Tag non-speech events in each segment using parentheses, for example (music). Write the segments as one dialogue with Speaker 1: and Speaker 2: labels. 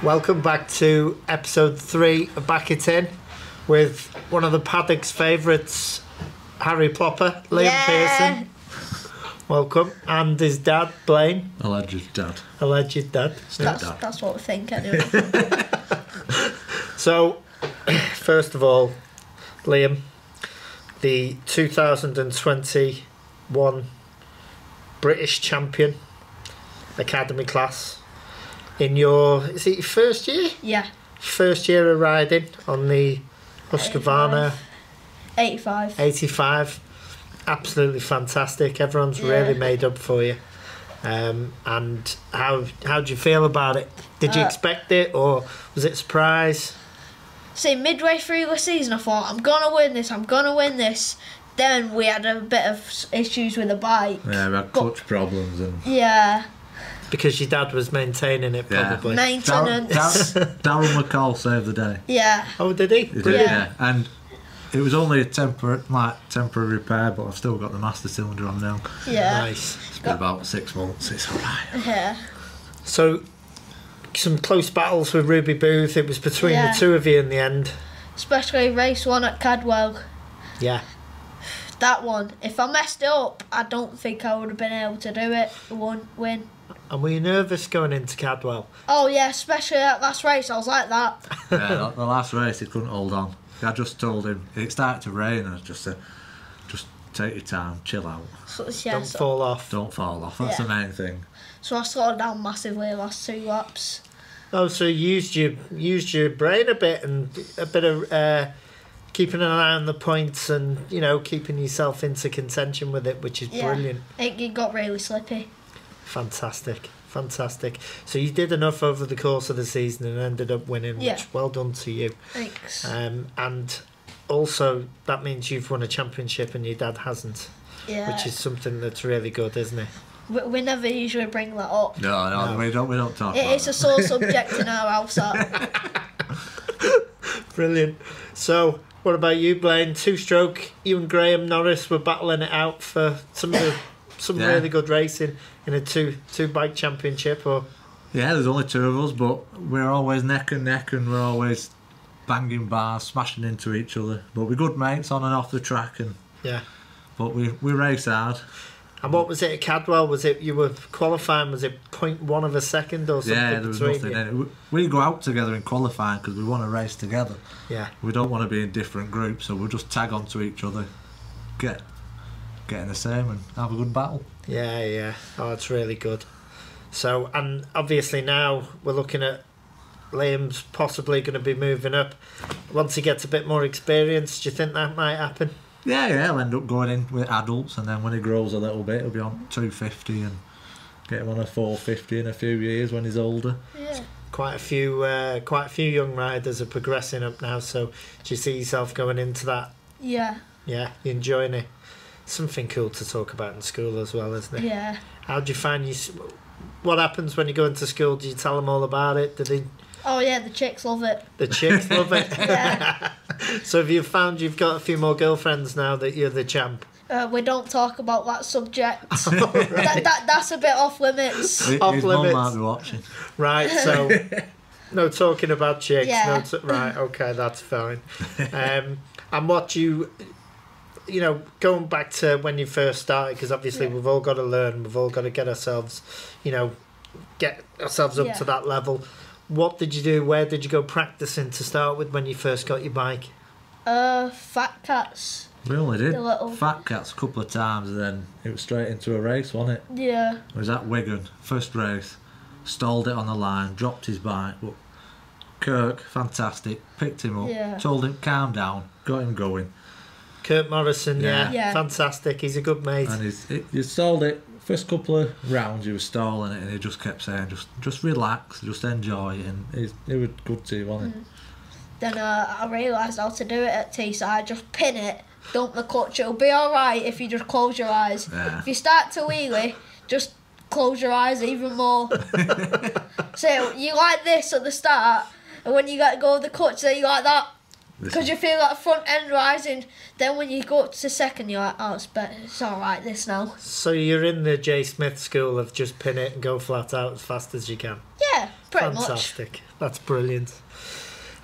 Speaker 1: Welcome back to episode three of Back It In with one of the paddock's favourites, Harry Plopper, Liam
Speaker 2: Yeah.
Speaker 1: Pearson. Welcome. And his dad, Blaine,
Speaker 3: Alleged dad.
Speaker 1: alleged dad.
Speaker 2: That's,
Speaker 3: Stepdad.
Speaker 2: that's what we think anyway.
Speaker 1: (laughs) So, (clears throat) first of all, Liam, the 2021 British champion academy class in your is it your first year?
Speaker 2: yeah,
Speaker 1: First year of riding on the Husqvarna
Speaker 2: 85.
Speaker 1: 85. Absolutely fantastic. Everyone's
Speaker 2: Yeah.
Speaker 1: really made up for you. Um, and how how do you feel about it? Did you
Speaker 2: Uh,
Speaker 1: expect it or was it a surprise?
Speaker 2: See, midway through the season, I thought, I'm going to win this, I'm going to win this. Then we had a bit of s- issues with the bike.
Speaker 3: Yeah, we had clutch problems and
Speaker 2: Yeah,
Speaker 1: Because your dad was maintaining it
Speaker 3: Yeah.
Speaker 1: probably.
Speaker 2: maintenance.
Speaker 3: Darren Darren McCall saved the day.
Speaker 2: yeah,
Speaker 1: Oh, did he?
Speaker 3: He did,
Speaker 1: Brilliant.
Speaker 3: yeah.
Speaker 2: Yeah.
Speaker 3: And it was only a temporary, like temporary repair, but I've still got the master cylinder on now.
Speaker 2: yeah,
Speaker 1: Nice.
Speaker 3: It's been about six months. It's all right.
Speaker 2: yeah.
Speaker 1: So, some close battles with Ruby Booth. It was between
Speaker 2: Yeah.
Speaker 1: the two of you in the end.
Speaker 2: Especially race one at Cadwell.
Speaker 1: Yeah.
Speaker 2: That one. If I messed it up, I don't think I would have been able to do it. One win.
Speaker 1: And were you nervous going into Cadwell?
Speaker 2: Oh yeah, especially that last race, I was like that.
Speaker 1: (laughs)
Speaker 3: yeah, the- the last race he couldn't hold on. I just told him it started to rain, and I just said, "Just take your time, chill out,
Speaker 2: So, yeah,
Speaker 1: Don't
Speaker 2: so,
Speaker 1: fall off.
Speaker 3: don't fall off." That's the
Speaker 2: Yeah.
Speaker 3: main thing.
Speaker 2: so I slowed down massively the last two laps.
Speaker 1: Oh, so you used your used your brain a bit and a bit of uh, keeping an eye on the points and you know keeping yourself into contention with it, which is
Speaker 2: Yeah.
Speaker 1: brilliant.
Speaker 2: It, it got really slippy.
Speaker 1: Fantastic, fantastic. So you did enough over the course of the season and ended up winning.
Speaker 2: Yeah.
Speaker 1: Which well done to you.
Speaker 2: Thanks.
Speaker 1: Um, and also, that means you've won a championship and your dad hasn't,
Speaker 2: yeah.
Speaker 1: which is something that's really good, isn't it?
Speaker 2: we, we never usually bring that up.
Speaker 3: No, no,
Speaker 1: No.
Speaker 3: we don't. We don't
Speaker 1: Oh,
Speaker 3: talk.
Speaker 2: It
Speaker 3: about
Speaker 2: is a
Speaker 3: it.
Speaker 2: sore subject in our
Speaker 1: (laughs)
Speaker 2: house. That,
Speaker 1: Brilliant. So, what about you, Blaine? Two stroke, you and Graham Norris were battling it out for some of the, some
Speaker 3: Yeah.
Speaker 1: really good racing in a two two bike championship or
Speaker 3: Yeah, there's only two of us, but we're always neck and neck, and we're always banging bars, smashing into each other. But we're good mates on and off the track, and
Speaker 1: yeah.
Speaker 3: but we we race hard.
Speaker 1: And what was it at Cadwell? Was it you were qualifying? Was it point one of a second or something
Speaker 3: yeah, there was
Speaker 1: between
Speaker 3: nothing
Speaker 1: you?
Speaker 3: in it. We- We go out together in qualifying because we want to race together.
Speaker 1: Yeah,
Speaker 3: We don't want to be in different groups, so we'll just tag onto each other, get get in the same, and have a good battle.
Speaker 1: yeah, yeah. Oh, it's really good. So, and obviously now we're looking at Liam's possibly going to be moving up once he gets a bit more experience. Do you think that might happen?
Speaker 3: Yeah, yeah, he'll end up going in with adults, and then when he grows a little bit, he'll be on 250 and get him on a 450 in a few years when he's older.
Speaker 2: yeah.
Speaker 1: quite a few uh, quite a few young riders are progressing up now so do you see yourself going into that
Speaker 2: Yeah.
Speaker 1: yeah you enjoying it something cool to talk about in school as well isn't it
Speaker 2: Yeah.
Speaker 1: how do you find you s- what happens when you go into school do you tell them all about it do they
Speaker 2: Oh yeah, the chicks love it.
Speaker 1: the chicks love
Speaker 2: (laughs)
Speaker 1: it (laughs)
Speaker 2: Yeah.
Speaker 1: so have you found you've got a few more girlfriends now that you're the champ
Speaker 2: Uh, we don't talk about
Speaker 1: (laughs)
Speaker 2: that subject. that, that, that's a bit off limits.
Speaker 3: His
Speaker 1: Off
Speaker 3: his mum
Speaker 1: limits.
Speaker 3: might be watching.
Speaker 1: right
Speaker 3: (laughs)
Speaker 1: so no talking about chicks
Speaker 2: Yeah.
Speaker 1: no t- right okay that's fine um and what do you you know, going back to when you first started, because obviously
Speaker 2: Yeah.
Speaker 1: we've all got to learn, we've all got to get ourselves, you know, get ourselves up
Speaker 2: Yeah.
Speaker 1: to that level. What did you do? Where did you go practicing to start with when you first got your bike?
Speaker 2: Uh, fat cats.
Speaker 3: We only did
Speaker 2: The little-
Speaker 3: Fat Cats a couple of times, and then it was straight into a race, wasn't it?
Speaker 2: Yeah.
Speaker 3: It was at Wigan, first race, stalled it on the line, dropped his bike, but Kirk, fantastic, picked him up,
Speaker 2: Yeah.
Speaker 3: told him calm down, got him going,
Speaker 1: Kurt Morrison, yeah,
Speaker 3: Yeah.
Speaker 2: Yeah.
Speaker 1: fantastic. He's a good mate.
Speaker 3: and he's, it, he stalled it. First couple of rounds, he was stalling it, and he just kept saying, "Just, just relax, just enjoy it." And it, it was good to, wasn't it?
Speaker 2: Then uh, I realised how to do it at Teesside. Just pin it, dump the clutch. It'll be all right if you just close your eyes.
Speaker 3: Yeah.
Speaker 2: If you start to wheelie, just close your eyes even
Speaker 3: (laughs)
Speaker 2: more. so you like this at the start, and when you let go of the clutch, then you like that.
Speaker 3: This
Speaker 2: Because you feel that front end rising, then when you go up to second, you're like, oh, it's, better. it's all right, this now.
Speaker 1: So you're in the Jay Smith school of just pin it and go flat out as fast as you can.
Speaker 2: Yeah, Pretty much.
Speaker 1: Fantastic. That's brilliant.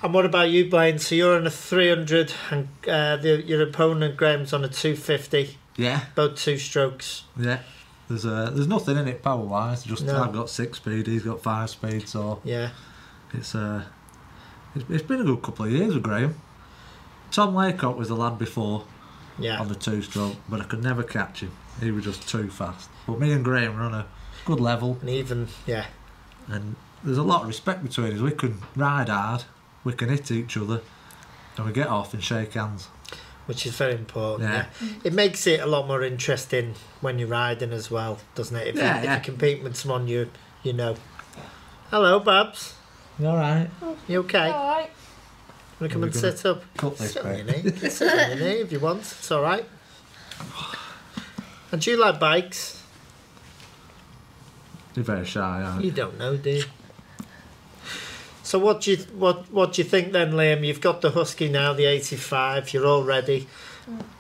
Speaker 1: And what about you, Blaine? So you're on a 300 and uh, the, your opponent, Graham's, on a 250.
Speaker 3: Yeah,
Speaker 1: Both two strokes.
Speaker 3: yeah. There's uh, there's nothing in it power wise. Just
Speaker 1: No.
Speaker 3: I've got six speed, he's got five speed, so
Speaker 1: Yeah.
Speaker 3: it's uh, it's, it's been a good couple of years with Graham. Tom Laycock was the lad before
Speaker 1: Yeah.
Speaker 3: on the two stroke, but I could never catch him. He was just too fast. But me and Graham were on a good level,
Speaker 1: And even, yeah.
Speaker 3: and there's a lot of respect between us. We can ride hard, we can hit each other, and we get off and shake hands.
Speaker 1: Which is very important. Yeah.
Speaker 3: Yeah.
Speaker 1: It makes it a lot more interesting when you're riding as well, doesn't it? If,
Speaker 3: Yeah,
Speaker 1: you,
Speaker 3: yeah.
Speaker 1: if you're competing with someone you you know. Hello, Babs.
Speaker 3: You all right?
Speaker 1: You okay?
Speaker 2: All right.
Speaker 1: Wanna come
Speaker 3: We're
Speaker 1: and
Speaker 3: gonna
Speaker 1: sit up?
Speaker 3: Cut this
Speaker 1: Sit on your
Speaker 3: bit.
Speaker 1: knee. You can sit on your knee if you want. It's all right. And do you like bikes?
Speaker 3: You're very shy, aren't
Speaker 1: You
Speaker 3: you?
Speaker 1: don't know, do you? (sighs) So what do you what what do you think then, Liam? You've got the husky now, the eighty-five. You're all ready.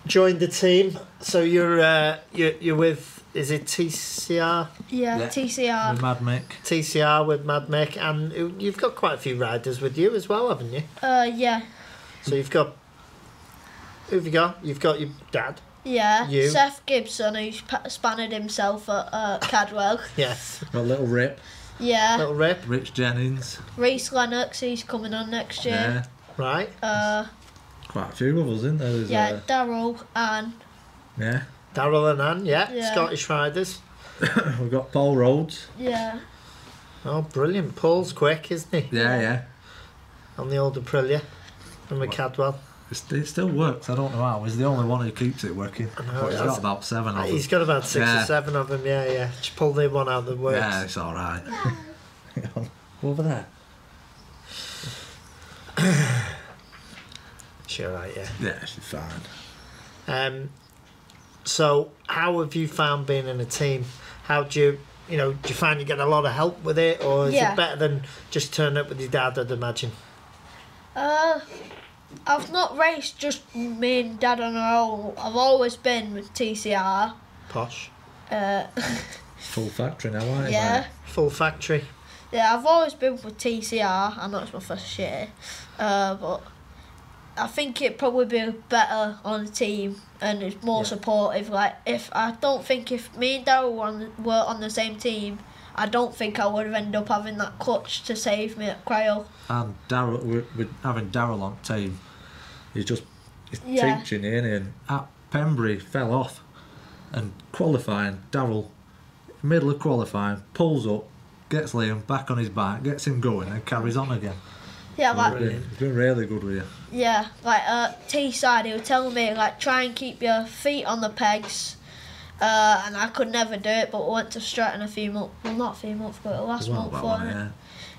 Speaker 1: Joined the team. So you're uh, you're, you're with is it TCR
Speaker 2: Yeah,
Speaker 3: Yeah.
Speaker 2: TCR.
Speaker 3: With Mad Mick.
Speaker 1: TCR with Mad Mick, and you- you've got quite a few riders with you as well, haven't you?
Speaker 2: Uh, yeah.
Speaker 1: So you've got who've you got? You've got your dad.
Speaker 2: Yeah.
Speaker 1: You.
Speaker 2: Seth Gibson, who's pa- spanned himself at uh, Cadwell.
Speaker 1: Yes,
Speaker 3: Got little Rip.
Speaker 2: Yeah.
Speaker 1: little rip,
Speaker 3: Rich Jennings.
Speaker 2: Reese Lennox, he's coming on next year.
Speaker 3: Yeah.
Speaker 1: right?
Speaker 2: Uh,
Speaker 3: Quite a few of us, isn't there? There's,
Speaker 2: yeah,
Speaker 3: uh,
Speaker 2: Daryl and
Speaker 3: yeah.
Speaker 1: Daryl and Ann, yeah,
Speaker 2: Yeah.
Speaker 1: Scottish riders.
Speaker 3: We've got Paul Rhodes.
Speaker 2: yeah,
Speaker 1: Oh, brilliant! Paul's quick, isn't he?
Speaker 3: Yeah, yeah.
Speaker 1: On the old Aprilia, and with
Speaker 3: What?
Speaker 1: Cadwell.
Speaker 3: It's, it still works. I don't know how. He's the only one who keeps it working.
Speaker 1: I know,
Speaker 3: But he's
Speaker 1: that's-
Speaker 3: got about seven of
Speaker 1: He's
Speaker 3: them.
Speaker 1: got about six or
Speaker 3: Yeah.
Speaker 1: seven of them. Yeah, yeah. Just pull the one out that works.
Speaker 3: Yeah, it's all right. (laughs) Over there.
Speaker 1: Sure, right. Yeah.
Speaker 3: Yeah, she's fine.
Speaker 1: Um, so, how have you found being in a team? How do you, you know, do you find you get a lot of help with it, or is
Speaker 2: Yeah.
Speaker 1: it better than just turning up with your dad? I'd imagine.
Speaker 2: uh, I've not raced just me and Dad on our own. I've always been with TCR.
Speaker 1: Posh,
Speaker 2: Uh, (laughs)
Speaker 3: Full factory now, aren't you,
Speaker 2: yeah,
Speaker 3: mate?
Speaker 1: full factory.
Speaker 2: yeah, I've always been with TCR. I know it's my first year, uh, but I think it'd probably be better on a team and it's more
Speaker 1: Yeah.
Speaker 2: supportive. Like if I don't think if me and Daryl were on, were on the same team. I don't think I would have ended up having that clutch to save me at Crail.
Speaker 3: And Daryl, we're, we're having Daryl on team. He's just he's
Speaker 2: Yeah.
Speaker 3: teaching in and at Pembrey fell off and qualifying. Daryl, middle of qualifying, pulls up, gets Liam back on his bike, gets him going, and carries on again.
Speaker 2: Yeah, like
Speaker 3: He's been, he's been really good with you.
Speaker 2: Yeah, like uh, T side, he was telling me like try and keep your feet on the pegs, uh, and I could never do it. But we went to Stratton a few months, well not a few months ago, last
Speaker 3: Well,
Speaker 2: month,
Speaker 3: that
Speaker 2: wasn't
Speaker 3: one,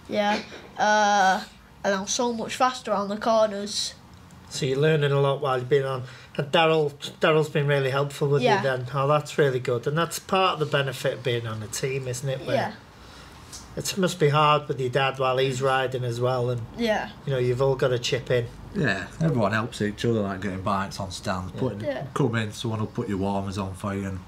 Speaker 3: yeah.
Speaker 2: it? Yeah, uh, and I'm so much faster on the corners.
Speaker 1: So you're learning a lot while you've been on. And Daryl, Daryl's been really helpful with
Speaker 2: Yeah.
Speaker 1: you. Then, oh, that's really good. And that's part of the benefit of being on a team, isn't it? where
Speaker 2: Yeah,
Speaker 1: It must be hard with your dad while he's riding as well, and
Speaker 2: yeah,
Speaker 1: you know you've all got to chip in.
Speaker 3: Yeah, everyone helps each other, like getting bikes on stands. Putting,
Speaker 2: Yeah.
Speaker 3: Come in, someone will put your warmers on for you, and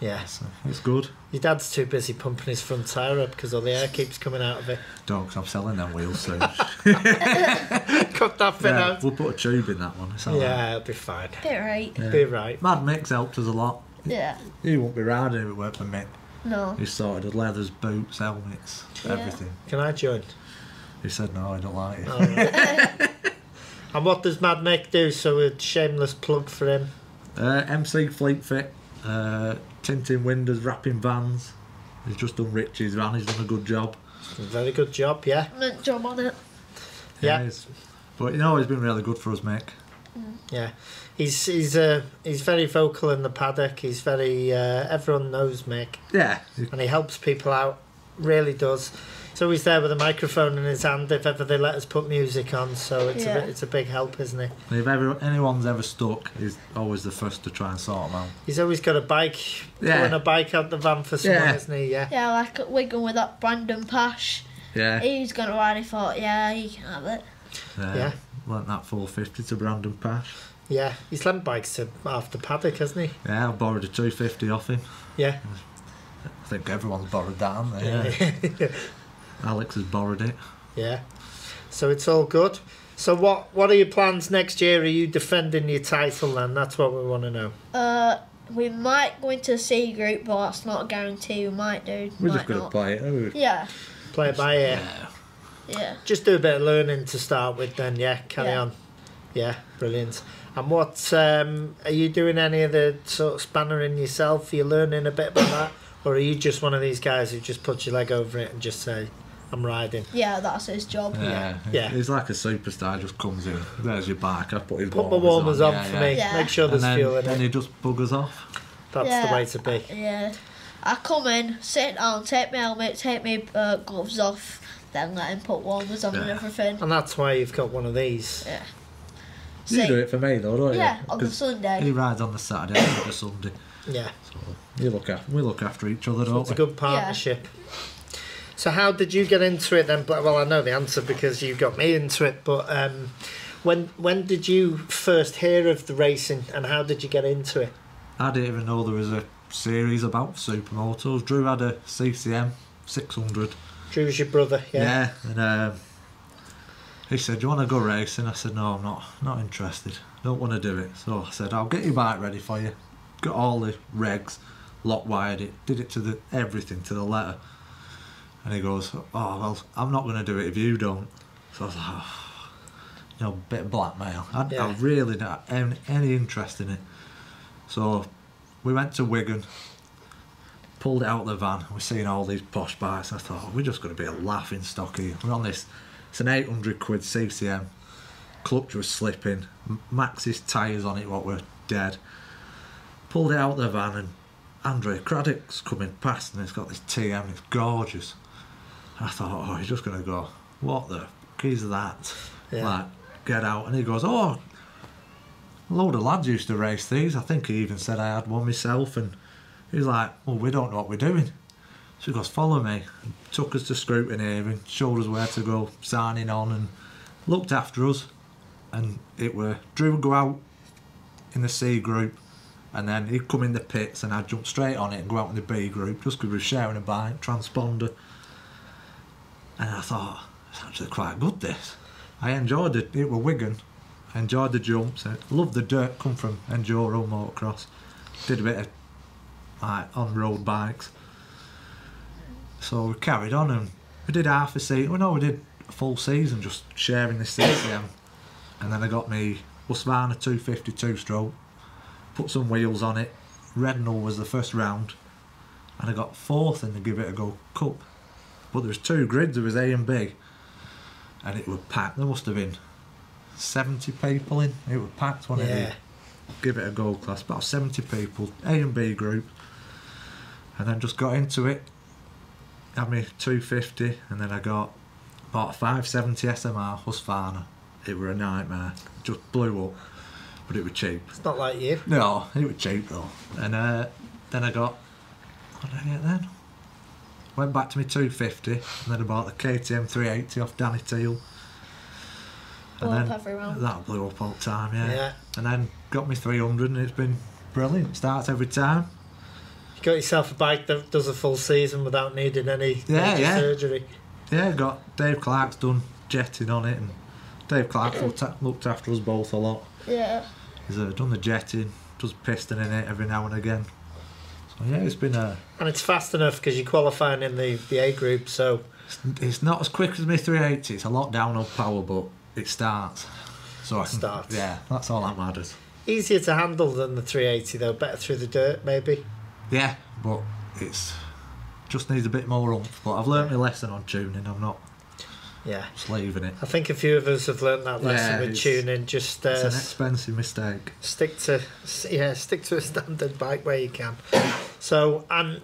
Speaker 1: Yes,
Speaker 3: it's good.
Speaker 1: your dad's too busy pumping his front tyre up because all the air keeps coming out of it.
Speaker 3: Dogs, I'm selling them wheels soon.
Speaker 1: (laughs) Cut that bit
Speaker 3: yeah,
Speaker 1: out.
Speaker 3: we'll put a tube in that one. It's all right.
Speaker 1: Yeah, it'll be fine.
Speaker 2: bit right.
Speaker 1: Be right.
Speaker 3: Mad Mick's helped us a lot.
Speaker 2: Yeah,
Speaker 3: He won't be riding if it weren't for Mick.
Speaker 2: no,
Speaker 3: He sorted the leathers, boots, helmets,
Speaker 2: Yeah.
Speaker 3: everything.
Speaker 1: Can I join?
Speaker 3: He said, no, I don't like it.
Speaker 1: All right. and what does Mad Mick do? So a shameless plug for him.
Speaker 3: Uh, MC Fleet Fit, uh, tinting windows, wrapping vans. He's just done Richie's van, he's done a good job.
Speaker 1: Very good job. Yeah.
Speaker 2: meant job on it.
Speaker 1: Yeah.
Speaker 3: He is. But you know, he's been really good for us, Mick.
Speaker 1: Yeah, he's he's uh, he's very vocal in the paddock. He's very uh, everyone knows Mick,
Speaker 3: Yeah.
Speaker 1: and he helps people out. Really does. He's always there with a microphone in his hand if ever they let us put music on. So it's a
Speaker 2: Yeah.
Speaker 1: bit, it's a big help, isn't it?
Speaker 3: And if ever, anyone's ever stuck, he's always the first to try and sort them out.
Speaker 1: He's always got a bike,
Speaker 3: Yeah.
Speaker 1: pulling a bike out the van for someone,
Speaker 3: Yeah.
Speaker 1: isn't he? Yeah.
Speaker 2: Yeah, like at Wigan with that Brandon Pash,
Speaker 3: Yeah.
Speaker 2: he's gonna ride. He thought, yeah, he can have it.
Speaker 1: Yeah.
Speaker 3: Lent that 450 to Brandon Pash.
Speaker 1: yeah. He's lent bikes to half the paddock, hasn't he?
Speaker 3: Yeah, I borrowed a 250 off him.
Speaker 1: Yeah.
Speaker 3: I think everyone's borrowed that, haven't they? Yeah. Alex has borrowed it.
Speaker 1: (laughs) Yeah. So it's all good. So what what are your plans next year? Are you defending your title then? That's what we want to know.
Speaker 2: Uh, we might go into C group, but that's not a guarantee. We might do.
Speaker 3: We're
Speaker 2: might
Speaker 3: just going to
Speaker 2: not.
Speaker 3: play it. aren't we?
Speaker 2: Yeah,
Speaker 1: Play it by ear.
Speaker 2: yeah.
Speaker 1: Just do a bit of learning to start with then, yeah. Carry
Speaker 2: Yeah.
Speaker 1: on. Yeah, brilliant. And what um, are you doing any of the sort of spannering yourself? Are you learning a bit about that? Or are you just one of these guys who just puts your leg over it and just say, I'm riding?
Speaker 2: Yeah, that's his job.
Speaker 3: Yeah.
Speaker 1: Yeah.
Speaker 3: It's like a superstar just comes in. There's your bike. I put his
Speaker 1: Put my warmers on,
Speaker 3: yeah,
Speaker 1: for
Speaker 3: yeah.
Speaker 1: me.
Speaker 2: Yeah.
Speaker 1: Make sure
Speaker 3: And
Speaker 1: there's fuel
Speaker 3: then,
Speaker 1: in
Speaker 3: then
Speaker 1: it.
Speaker 3: he just buggers off.
Speaker 1: That's the
Speaker 2: Yeah.
Speaker 1: way to be.
Speaker 2: Yeah. I come in, sit down, take my helmet, take my uh, gloves off, then let him put warmers on and
Speaker 3: Yeah.
Speaker 2: everything.
Speaker 1: And that's why you've got one of these.
Speaker 3: You
Speaker 2: See-
Speaker 3: do it for me though, don't
Speaker 2: yeah,
Speaker 3: you?
Speaker 2: on the
Speaker 3: 'Cause
Speaker 2: Sunday.
Speaker 3: he rides on the Saturday, I ride the Sunday.
Speaker 1: Yeah.
Speaker 3: You look after, we look after each other,
Speaker 1: So
Speaker 3: don't
Speaker 1: it's a
Speaker 3: we?
Speaker 1: good partnership. So how did you get into it then? Bla- Well, I know the answer because you got me into it, but um, when when did you first hear of the racing and how did you get into it?
Speaker 3: I didn't even know there was a series about supermotos. Drew had a CCM 600.
Speaker 1: Drew's your brother,
Speaker 3: Yeah.
Speaker 1: yeah.
Speaker 3: and um, he said, "Do you want to go racing?" I said, "No, I'm not. Not interested. Don't want to do it." So I said, "I'll get your bike ready for you. Got all the regs, lot wired it, did it to the everything to the letter." And he goes, "Oh well, I'm not going to do it if you don't." So I was like, oh, "You know, bit of blackmail. I,
Speaker 1: Yeah.
Speaker 3: I really don't have any- any interest in it." So we went to Wigan, pulled it out of the van, and we're seeing all these posh bikes. And I thought, we're just going to be a laughing stock here. We're on this, it's an 800 quid CCM. Clutch was slipping, M- Max's tyres on it, what were dead. Pulled it out of the van, and Andre Craddock's coming past, and he's got this TM, and it's gorgeous. And I thought, oh, he's just going to go, what the f- is that?
Speaker 1: Yeah.
Speaker 3: Like, get out. And he goes, oh, a load of lads used to race these. I think he even said I had one myself. And he was like, Well, we don't know what we're doing. So he goes, Follow me. And took us to Scruton Haven, showed us where to go, signing on, and looked after us. And it were Drew would go out in the C group, and then he'd come in the pits, and I'd jump straight on it and go out in the B group just because we were sharing a bike, transponder. And I thought, It's actually quite good, this. I enjoyed it. It were Wigan. I enjoyed the jumps. I loved the dirt come from enduro motocross. Did a bit of like on road bikes. So we carried on and we did half a season. Well, no, we did a full season just sharing this CCM. and then I got me Husqvarna 252 stroke, put some wheels on it. Rednall was the first round, and I got fourth in the Give It a Go Cup. But there was two grids. There was A and B, and it was packed. There must have been 70 people in. It was packed one of
Speaker 1: Yeah.
Speaker 3: the give it a go class. About 70 people, A and B group. And then just got into it. Had me 250, and then I got about a 570 SMR Husqvarna. It were a nightmare. Just blew up, but it was cheap.
Speaker 1: It's not like you.
Speaker 3: No, it was cheap though. And uh, then I got. What did I get then? Went back to my 250, and then I bought the KTM 380 off Danny Teal.
Speaker 2: Blow up everyone.
Speaker 3: that blew up all the time,
Speaker 1: Yeah.
Speaker 3: and then got me 300 and it's been brilliant starts every time
Speaker 1: You got yourself a bike that does a full season without needing any
Speaker 3: Yeah,
Speaker 1: major
Speaker 3: yeah.
Speaker 1: surgery.
Speaker 3: yeah got Dave Clark's done jetting on it and Dave Clark looked, a- looked after us both a lot
Speaker 2: Yeah.
Speaker 3: he's uh, done the jetting does piston in it every now and again so yeah it's been a
Speaker 1: And it's fast enough because you're qualifying in the, the A group, so
Speaker 3: it's, it's not as quick as my 380 it's a lot down on power but it starts so I can,
Speaker 1: Starts.
Speaker 3: yeah that's all that matters
Speaker 1: easier to handle than the 380 though. Better through the dirt, maybe.
Speaker 3: yeah but it's just needs a bit more oomph but I've learnt my lesson on tuning I'm not
Speaker 1: Yeah.
Speaker 3: slaving it
Speaker 1: I think a few of us have learned that lesson
Speaker 3: Yeah,
Speaker 1: with
Speaker 3: it's-
Speaker 1: tuning. Just uh,
Speaker 3: it's an
Speaker 1: s-
Speaker 3: expensive mistake
Speaker 1: stick to s- yeah stick to a standard bike where you can so and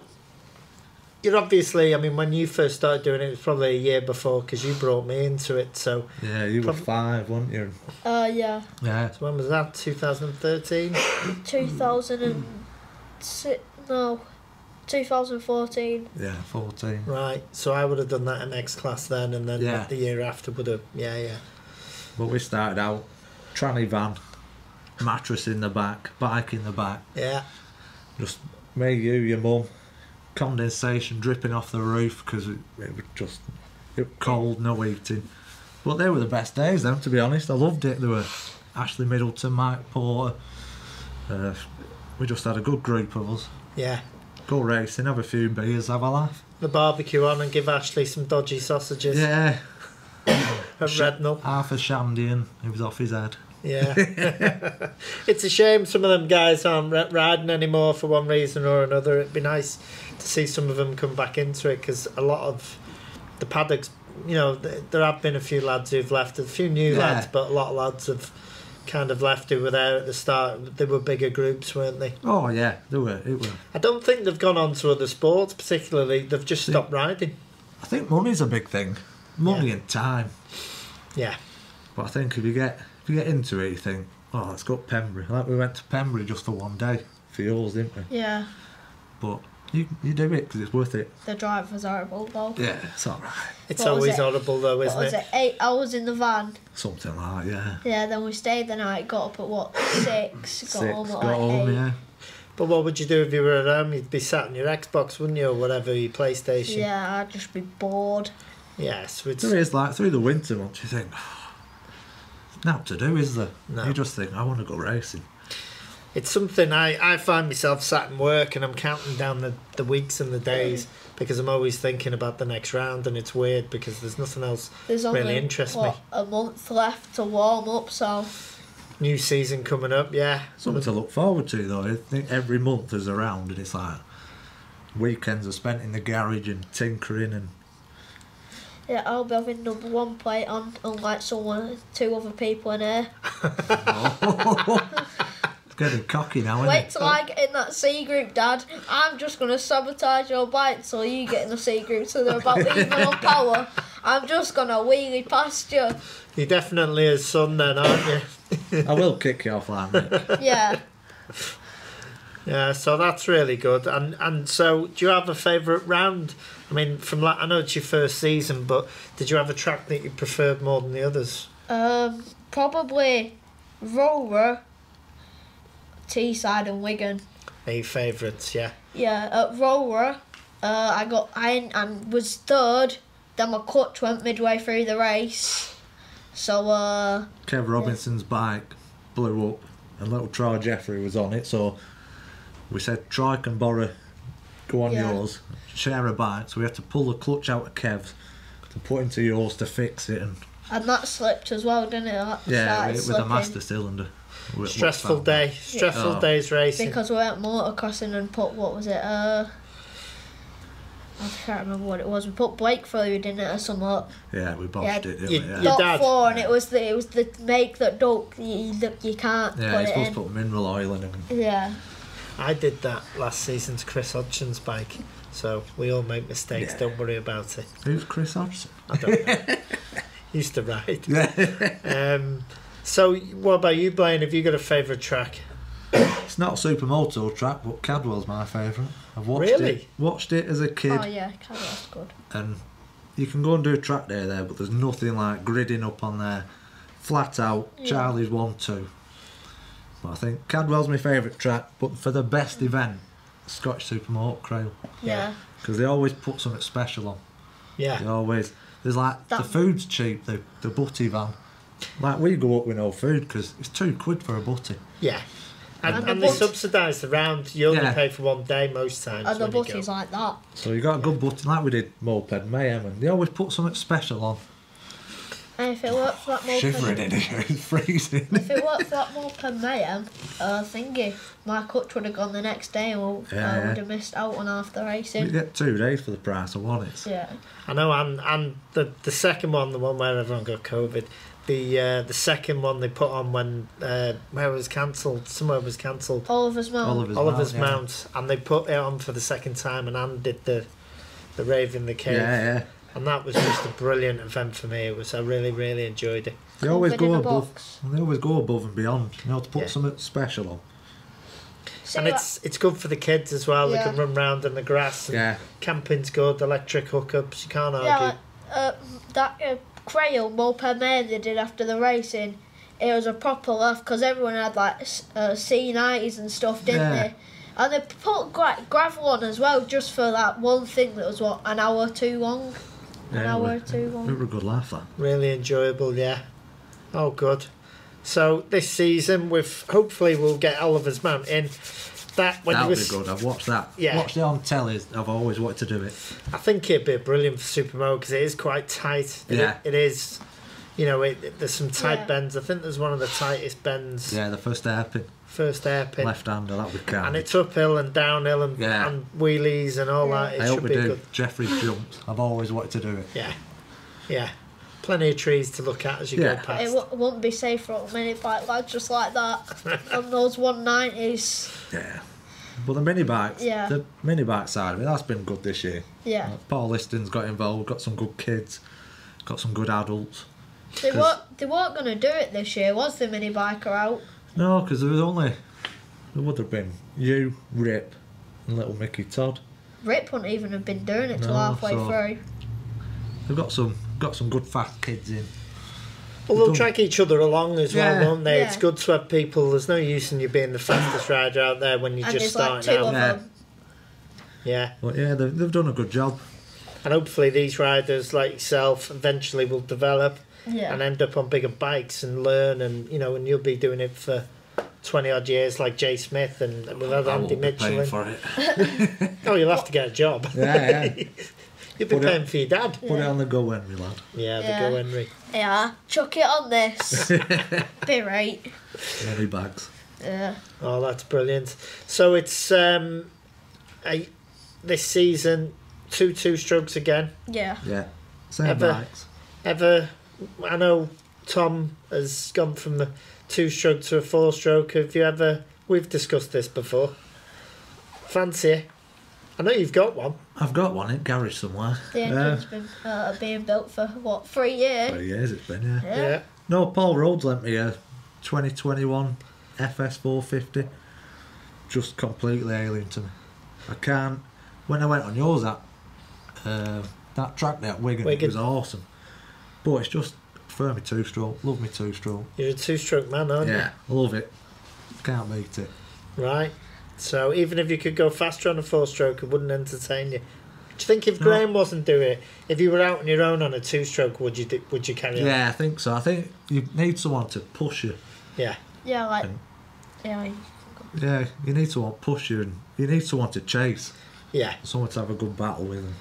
Speaker 1: you're obviously i mean when you first started doing it it was probably a year before because you brought me into it so,
Speaker 3: Yeah, you were
Speaker 1: Prob-
Speaker 3: five, weren't you?
Speaker 2: Uh, yeah.
Speaker 3: Yeah.
Speaker 1: so when was that 2013
Speaker 2: 2006. No. 2014.
Speaker 3: Yeah, 14.
Speaker 1: right so i would have done that in x class then and then
Speaker 3: Yeah.
Speaker 1: the year after would have yeah yeah
Speaker 3: But we started out tranny van, mattress in the back, bike in the back,
Speaker 1: yeah
Speaker 3: just me, you, your mum, condensation dripping off the roof because it, it was just cold, no eating. But they were the best days, though, to be honest. I loved it. There were Ashley Middleton, Mike Porter. Uh, we just had a good group of us.
Speaker 1: Yeah.
Speaker 3: Go racing, have a few beers, have a laugh.
Speaker 1: The barbecue on and give Ashley some dodgy sausages
Speaker 3: Yeah,
Speaker 1: and rednal.
Speaker 3: Arthur Shandian, he was off his head.
Speaker 2: (laughs)
Speaker 1: Yeah. it's a shame some of them guys aren't ri- riding anymore for one reason or another. It'd be nice to see some of them come back into it because a lot of the paddocks, you know, th- there have been a few lads who've left, a few new
Speaker 3: Yeah.
Speaker 1: lads, but a lot of lads have kind of left who were there at the start. They were bigger groups, weren't they?
Speaker 3: Oh, yeah, there were. It were.
Speaker 1: I don't think they've gone on to other sports particularly. They've just
Speaker 3: See-
Speaker 1: stopped riding.
Speaker 3: I think money's a big thing. Money
Speaker 1: Yeah.
Speaker 3: and time.
Speaker 1: Yeah.
Speaker 3: But I think if you get if you get into it, you think, oh, let's go to Pembury. Like we went to Pembury just for one day for yours, didn't we?
Speaker 2: Yeah,
Speaker 3: But you you do it because it's worth it.
Speaker 2: the drive was horrible though.
Speaker 3: Yeah, it's all right.
Speaker 1: It's
Speaker 2: What was
Speaker 1: always
Speaker 2: it?
Speaker 1: horrible though,
Speaker 2: What
Speaker 1: isn't
Speaker 2: was
Speaker 1: it?
Speaker 2: it? Eight hours in the van.
Speaker 3: Something like yeah.
Speaker 2: Yeah, then we stayed the night. Got up at what six? Got
Speaker 3: Six,
Speaker 2: home at
Speaker 3: go
Speaker 2: like
Speaker 3: home,
Speaker 2: eight.
Speaker 3: yeah.
Speaker 1: But what would you do if you were at home? You'd be sat on your Xbox, wouldn't you, or whatever your PlayStation?
Speaker 2: Yeah, I'd just be bored.
Speaker 1: Yes, it's,
Speaker 3: There is like through the winter months, you think, not to do, is there?
Speaker 1: No.
Speaker 3: You just think, I want to go racing.
Speaker 1: it's something I, I find myself sat in work and I'm counting down the, the weeks and the days because I'm always thinking about the next round and it's weird because there's nothing else.
Speaker 2: There's only
Speaker 1: Really interests me.
Speaker 2: what, a month left to warm up, so
Speaker 1: New season coming up, yeah.
Speaker 3: Something to look forward to though. I think every month there's a round, and it's like weekends are spent in the garage and tinkering and
Speaker 2: yeah, I'll be having number one plate on, unlike someone, two other people in here.
Speaker 3: it's getting cocky now, isn't
Speaker 2: Wait
Speaker 3: it?
Speaker 2: till I get in that C group, Dad. I'm just gonna sabotage your bike till you get in the C group, so they're about even on power. I'm just gonna wheelie past you.
Speaker 1: You're definitely his son then, aren't you? (laughs)
Speaker 3: (laughs) I will kick you off like Nick.
Speaker 2: Yeah.
Speaker 1: Yeah, so that's really good. And and so, do you have a favourite round? I mean, from la- I know it's your first season, but did you have a track that you preferred more than the others?
Speaker 2: Um, probably Roller, Teesside, and Wigan.
Speaker 1: Any favourites? Yeah.
Speaker 2: Yeah, at Roller, uh, I got I and was third. Then my clutch went midway through the race, so uh,
Speaker 3: Kev Robinson's bike blew up, and little Troy Jeffrey was on it. So we said, Troy can borrow, go on
Speaker 2: Yeah.
Speaker 3: yours, share a bike. So we had to pull the clutch out of Kev's to put into yours to fix it. And
Speaker 2: and that slipped as well, didn't it? That
Speaker 3: yeah,
Speaker 2: started
Speaker 3: it was a
Speaker 2: slipping.
Speaker 3: master cylinder. We- we
Speaker 1: Stressful
Speaker 3: found
Speaker 1: day. Stressful
Speaker 3: Oh.
Speaker 1: days racing.
Speaker 2: Because we went motocrossing and put what was it? Uh, I can't remember what it was. We put Blake through, didn't it, or something?
Speaker 3: that. Yeah, we botched
Speaker 2: Yeah,
Speaker 3: it, didn't
Speaker 1: you-
Speaker 3: we? Yeah,
Speaker 1: you-
Speaker 3: yeah.
Speaker 2: Dot
Speaker 1: dad.
Speaker 2: four, and it was the it was the make that don't you, that you can't
Speaker 3: you're
Speaker 2: put it in.
Speaker 3: supposed to put mineral oil in. And
Speaker 2: Yeah,
Speaker 1: I did that last season to Chris Hodgson's bike. So we all make mistakes,
Speaker 3: Yeah.
Speaker 1: don't worry about it.
Speaker 3: who's Chris Hodgson?
Speaker 1: I don't know. Used to ride.
Speaker 3: (laughs) Yeah,
Speaker 1: Um, so what about you, Blaine? Have you got a favourite track?
Speaker 3: it's not a supermoto track, but Cadwell's my favourite. I've watched it.
Speaker 1: Really?
Speaker 3: Watched it as a kid.
Speaker 2: oh yeah, Cadillac's good.
Speaker 3: and you can go and do a track day there, but there's nothing like gridding up on there, flat out. Charlie's one two. But I think Cadwell's my favourite track, but for the best
Speaker 2: Mm.
Speaker 3: event, Scottish Supermoto Trail,
Speaker 2: Yeah,
Speaker 3: because they always put something special on. They
Speaker 1: Yeah.
Speaker 3: always there's like the
Speaker 2: That-
Speaker 3: food's cheap, the the butty van. Like we go up with no food because it's two quid for a butty.
Speaker 1: Yeah. And,
Speaker 2: And
Speaker 1: and,
Speaker 2: the
Speaker 1: they
Speaker 2: bus-
Speaker 1: subsidise the round. You only
Speaker 3: Yeah.
Speaker 1: pay for one day most times.
Speaker 2: and the
Speaker 1: when you go.
Speaker 2: butties like that.
Speaker 3: So you got a good butty like we did moped mayhem, and they always put something special on.
Speaker 2: And if it worked for that
Speaker 3: Shivering
Speaker 2: moped,
Speaker 3: in here, (laughs) it's freezing.
Speaker 2: if it worked for that moped mayhem, uh, thingy, my coach would have gone the next day, and we'll,
Speaker 3: Yeah,
Speaker 2: I
Speaker 3: yeah.
Speaker 2: would have missed out on half the
Speaker 3: You
Speaker 2: racing.
Speaker 3: get two days for the price of one. It's
Speaker 2: Yeah,
Speaker 1: I know, and and the the second one, the one where everyone got COVID, the uh, the second one they put on when uh, where it was cancelled, somewhere was cancelled,
Speaker 2: Oliver's mum.
Speaker 3: Oliver's,
Speaker 1: Oliver's
Speaker 3: Mount, yeah.
Speaker 1: Mount, and they put it on for the second time, and Anne did the the rave in the cave,
Speaker 3: Yeah, yeah.
Speaker 1: and that was just a brilliant event for me. It was I really really enjoyed it.
Speaker 3: They always
Speaker 2: Covered in
Speaker 3: go
Speaker 2: a
Speaker 3: above.
Speaker 2: box.
Speaker 3: They always go above and beyond. You know, to put
Speaker 1: Yeah.
Speaker 3: something special on.
Speaker 2: See
Speaker 1: and
Speaker 2: what-
Speaker 1: it's it's good for the kids as well.
Speaker 2: Yeah.
Speaker 1: They can run round in the grass. And
Speaker 3: Yeah.
Speaker 1: Camping's good. Electric hookups. You can't argue.
Speaker 2: Yeah, like, uh, that uh, Crail moped man they did after the racing, it was a proper laugh because everyone had like s- uh, C90s and stuff, didn't
Speaker 3: Yeah.
Speaker 2: they? And they put gra- gravel on as well just for that one thing that was what an hour too long. an
Speaker 3: Yeah,
Speaker 2: hour
Speaker 3: we-
Speaker 2: or two. won't
Speaker 3: It were a good laugh, that.
Speaker 1: Really enjoyable, yeah. Oh, good. So this season, we've hopefully we'll get Oliver's Mountain. That when
Speaker 3: that
Speaker 1: you
Speaker 3: would
Speaker 1: was,
Speaker 3: be good. I've watched that.
Speaker 1: Yeah.
Speaker 3: Watched it on telly. I've always wanted to do it.
Speaker 1: I think it'd be brilliant for Super Mario because it is quite tight. It,
Speaker 3: Yeah.
Speaker 1: it is. You know, it, there's some tight
Speaker 2: Yeah.
Speaker 1: bends. I think there's one of the tightest bends.
Speaker 3: Yeah, the first hairpin,
Speaker 1: First airpin.
Speaker 3: left hander, that would count.
Speaker 1: And it's uphill and downhill and,
Speaker 3: Yeah.
Speaker 1: and wheelies and all
Speaker 2: Yeah.
Speaker 1: that. It
Speaker 3: I
Speaker 1: should
Speaker 3: hope we
Speaker 1: be
Speaker 3: do.
Speaker 1: good.
Speaker 3: Jeffrey jumps. I've always wanted to do it.
Speaker 1: Yeah. Yeah. Plenty of trees to look at as you go
Speaker 3: Yeah. It
Speaker 1: past.
Speaker 2: It w- wouldn't be safe for a minute bike lads just like
Speaker 3: (laughs)
Speaker 2: that on those 190s.
Speaker 3: Yeah. But the mini bikes,
Speaker 2: Yeah.
Speaker 3: the mini bike side of it, that's been good this year.
Speaker 2: Yeah,
Speaker 3: Paul Liston's got involved, got some good kids, got some good adults.
Speaker 2: they
Speaker 3: 'Cause-
Speaker 2: weren't they weren't gonna do it this year. Was the mini biker out?
Speaker 3: No, because there was only, there would have been you, Rip, and little Mickey Todd.
Speaker 2: Rip wouldn't even have been doing it till
Speaker 3: No,
Speaker 2: halfway
Speaker 3: so-
Speaker 2: through.
Speaker 3: They've got some got some good fast kids in.
Speaker 1: Well, they'll
Speaker 3: Don't-
Speaker 1: drag each other along as well,
Speaker 3: Yeah.
Speaker 1: won't they? It's
Speaker 2: Yeah.
Speaker 1: good to have people. There's no use in you being the fastest rider out there when you're
Speaker 2: and
Speaker 1: just
Speaker 2: there's like two
Speaker 1: starting out.
Speaker 2: of
Speaker 3: Yeah.
Speaker 2: them.
Speaker 1: Yeah,
Speaker 3: But yeah, they've, they've done a good job.
Speaker 1: and hopefully these riders, like yourself, eventually will develop
Speaker 2: Yeah.
Speaker 1: and end up on bigger bikes and learn, and you know, and you'll be doing it for twenty odd years, like Jay Smith and with other
Speaker 3: I won't
Speaker 1: Andy
Speaker 3: be paying
Speaker 1: Mitchell. and-
Speaker 3: for it.
Speaker 1: Oh, you'll have to get a job.
Speaker 3: Yeah, yeah.
Speaker 1: (laughs) You'll be
Speaker 3: Put it-
Speaker 1: paying for your dad.
Speaker 3: Put it on the go, Henry, lad.
Speaker 1: Yeah,
Speaker 2: Yeah.
Speaker 1: the go Henry.
Speaker 2: Yeah, chuck it on
Speaker 3: (laughs)
Speaker 2: this. be right. Uh,
Speaker 3: Mini bags.
Speaker 2: Yeah.
Speaker 1: Oh, that's brilliant. So it's um, a, this season two two strokes again.
Speaker 2: Yeah.
Speaker 3: Yeah. Same
Speaker 1: Ever.
Speaker 3: bikes.
Speaker 1: ever. I know Tom has gone from a two stroke to a four stroke. Have you ever? We've discussed this before. Fancy? it? I know you've got one.
Speaker 3: I've got one in garage somewhere.
Speaker 2: The engine's been uh, being built for what, three years?
Speaker 3: Three years it's been, yeah.
Speaker 2: Yeah.
Speaker 3: No, Paul Rhodes lent me a 2021 FS450. Just completely alien to me. I can't. When I went on yours, that um that track there at Wigan,
Speaker 1: Wigan.
Speaker 3: it was awesome. But it's just prefer me two stroke. Love me two stroke.
Speaker 1: You're a two stroke man, aren't
Speaker 3: Yeah, love it. Can't beat it.
Speaker 1: you? Right. So even if you could go faster on a four stroke, it wouldn't entertain you. Do you think if
Speaker 3: No.
Speaker 1: Graham wasn't doing it, if you were out on your own on a two stroke, would you do, would you carry
Speaker 3: Yeah.
Speaker 1: on?
Speaker 3: I think so. I think you need someone to push you.
Speaker 1: Yeah.
Speaker 2: Yeah, like.
Speaker 3: And-
Speaker 2: Yeah.
Speaker 3: Yeah, you need someone to push you, and you need someone to chase.
Speaker 1: Yeah.
Speaker 3: Someone to have a good battle with. And,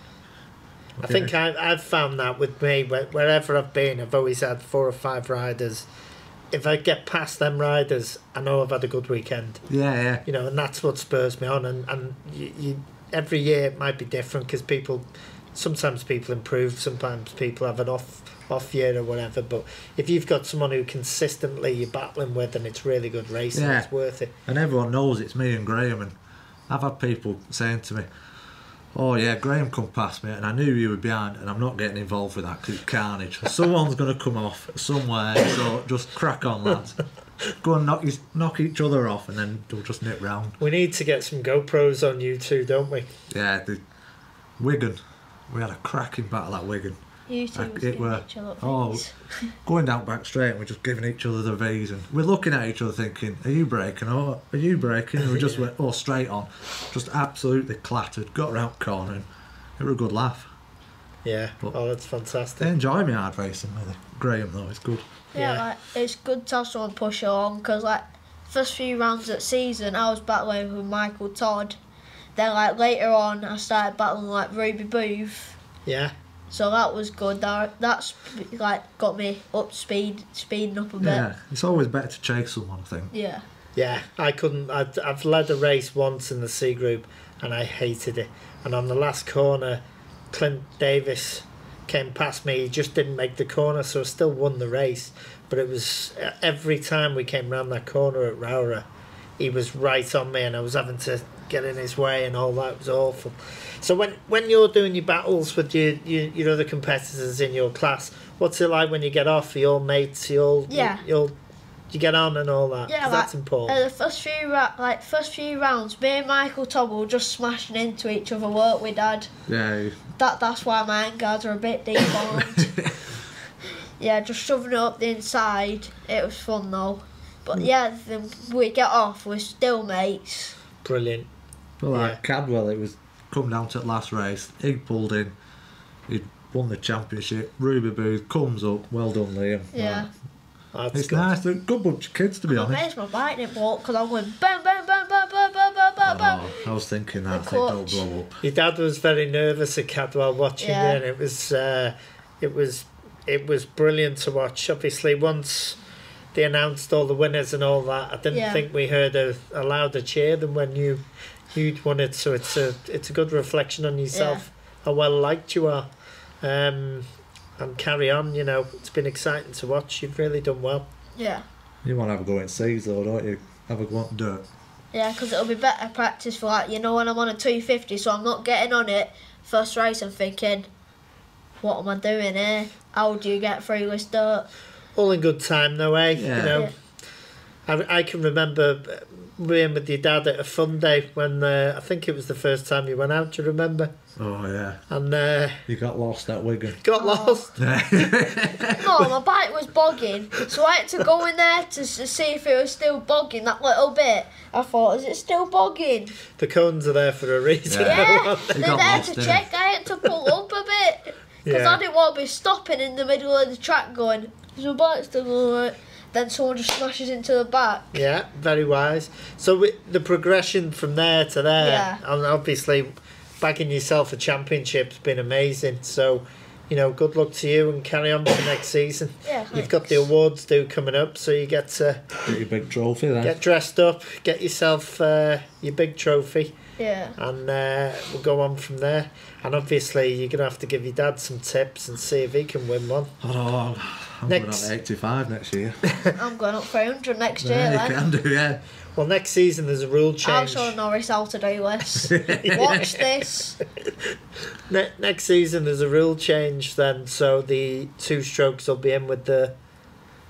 Speaker 1: I think I, I've found that with me, wh- wherever I've been, I've always had four or five riders. If I get past them riders, I know I've had a good weekend,
Speaker 3: Yeah, yeah.
Speaker 1: you know, and that's what spurs me on. And, and you, you, every year it might be different because people, sometimes people improve, sometimes people have an off off year or whatever. But if you've got someone who consistently you're battling with and it's really good racing,
Speaker 3: Yeah.
Speaker 1: it's worth it.
Speaker 3: And everyone knows it's me and Graham. And I've had people saying to me, "Oh yeah, Graham come past me, and I knew you were behind, and I'm not getting involved with that because it's carnage. Someone's going to come off somewhere, so just crack on, lads. Go and knock, his, knock each other off, and then they'll just nip round.
Speaker 1: We need to get some GoPros on you too, don't we?
Speaker 3: Yeah, the, Wigan. We had a cracking battle at Wigan.
Speaker 2: You two
Speaker 3: I-
Speaker 2: was
Speaker 3: it
Speaker 2: giving
Speaker 3: were-
Speaker 2: each other
Speaker 3: oh.
Speaker 2: things.
Speaker 3: Going down back straight, and we're just giving each other the V's, and we're looking at each other thinking, "Are you breaking? Or are you breaking?" And we just went, "Oh, straight on," just absolutely clattered. Got round corner, and it was a good laugh.
Speaker 1: Yeah.
Speaker 3: Well-
Speaker 1: Oh, that's fantastic.
Speaker 3: They enjoy me hard racing with Graham though. It's good.
Speaker 2: Yeah,
Speaker 1: Yeah.
Speaker 2: like it's good to have someone push you on because like first few rounds of the season I was battling with Michael Todd. Then like later on I started battling like Ruby Booth.
Speaker 1: Yeah.
Speaker 2: So that was good. That that's like got me up to speed, speeding up a bit.
Speaker 3: Yeah, it's always better to chase someone. I think.
Speaker 2: Yeah.
Speaker 1: Yeah, I couldn't. i I've led a race once in the C group, and I hated it. And on the last corner, Clint Davis came past me. He just didn't make the corner, so I still won the race. But it was uh, every time we came round that corner at Rowra, he was right on me, and I was having to get in his way, and all that It was awful. So when when you're doing your battles with your your, your other competitors in your class, what's it like when you get off? Are you all mates? Are you all
Speaker 2: Yeah.
Speaker 1: You all you get on and all that.
Speaker 2: Yeah,
Speaker 1: 'Cause that's
Speaker 2: like,
Speaker 1: important.
Speaker 2: Uh, the first few ra- like first few rounds, me and Michael Todd were just smashing into each other. Weren't we, Dad?
Speaker 3: Yeah,
Speaker 2: That that's why my hand guards are a bit deep armed. yeah, just shoving it up the inside. It was fun though. But yeah, then we get off. We're still mates.
Speaker 1: Brilliant.
Speaker 3: Well, like Cadwell, it was come down to the last race. He pulled in. He'd won the championship. Ruby Booth comes up. Well done, Liam. Um,
Speaker 2: Yeah.
Speaker 1: That's
Speaker 3: It's
Speaker 1: good.
Speaker 3: nice. They're a good bunch of kids, to be
Speaker 2: I'm amazed
Speaker 3: honest.
Speaker 2: my bike didn't walk because I went bam, bam, bam, bam, bam, bam, bam, bam, bam.
Speaker 3: Oh, I was thinking that. I
Speaker 2: The
Speaker 3: think they'll
Speaker 2: clutch.
Speaker 3: blow up.
Speaker 1: Your dad was very nervous at Cadwell watching
Speaker 2: Yeah.
Speaker 1: you, and it was uh, it was it was brilliant to watch. Obviously, once they announced all the winners and all that, I didn't
Speaker 2: Yeah.
Speaker 1: think we heard a, a louder cheer than when you you'd won it. So it's a it's a good reflection on yourself how well liked you are. Um, and carry on, you know, it's been exciting to watch. You've really done well.
Speaker 2: Yeah.
Speaker 3: You want to have a go at Seas, though, don't you? Have a go at dirt.
Speaker 2: Yeah, because it'll be better practice for like, you know, when I'm on a 250, so I'm not getting on it first race and thinking, what am I doing here? How do you get through
Speaker 1: (laughs)
Speaker 2: this dirt?
Speaker 1: All in good time, though, eh? You
Speaker 3: Yeah.
Speaker 1: know,
Speaker 2: Yeah.
Speaker 1: I, I can remember uh, being with your dad at a fun day when uh, I think it was the first time you went out. Do you remember?
Speaker 3: Oh, yeah.
Speaker 1: And uh,
Speaker 3: You got lost at (laughs) Wigan.
Speaker 1: got
Speaker 2: Oh.
Speaker 1: lost.
Speaker 2: No, my bike was bogging, so I had to go in there to s- see if it was still bogging that little bit. I thought, is it still
Speaker 1: (laughs)
Speaker 2: bogging?
Speaker 1: The cones are there for a reason.
Speaker 3: Yeah.
Speaker 2: Yeah,
Speaker 1: though.
Speaker 2: they're
Speaker 3: got
Speaker 2: there
Speaker 3: lost,
Speaker 2: to
Speaker 3: didn't
Speaker 2: check. I had to pull up a bit because
Speaker 1: Yeah.
Speaker 2: I didn't want to be stopping in the middle of the track going, is my bike still alright? Then someone just smashes into the back.
Speaker 1: (laughs) Yeah, very wise. So wi- the progression from there to there,
Speaker 2: Yeah.
Speaker 1: and obviously bagging yourself a championship's been amazing. So, you know, good luck to you and carry on to next season.
Speaker 2: (coughs) Yeah,
Speaker 1: You've got the
Speaker 2: thanks.
Speaker 1: awards due coming up, so you get to
Speaker 3: Get your big trophy then.
Speaker 1: get dressed up, get yourself uh, your big trophy.
Speaker 2: Yeah.
Speaker 1: and uh, we'll go on from there. And obviously, you're gonna have to give your dad some tips and see if he can win one.
Speaker 3: Oh, no, I'm
Speaker 1: Next.
Speaker 3: going up to 85 next year.
Speaker 2: I'm going up 300 next year
Speaker 3: yeah, you
Speaker 2: then.
Speaker 3: can do, yeah.
Speaker 1: Well, next season there's a rule
Speaker 2: I'll
Speaker 1: change.
Speaker 2: show Norris how to do this. Watch this.
Speaker 1: Ne- next season there's a rule change then, so the two strokes will be in with the,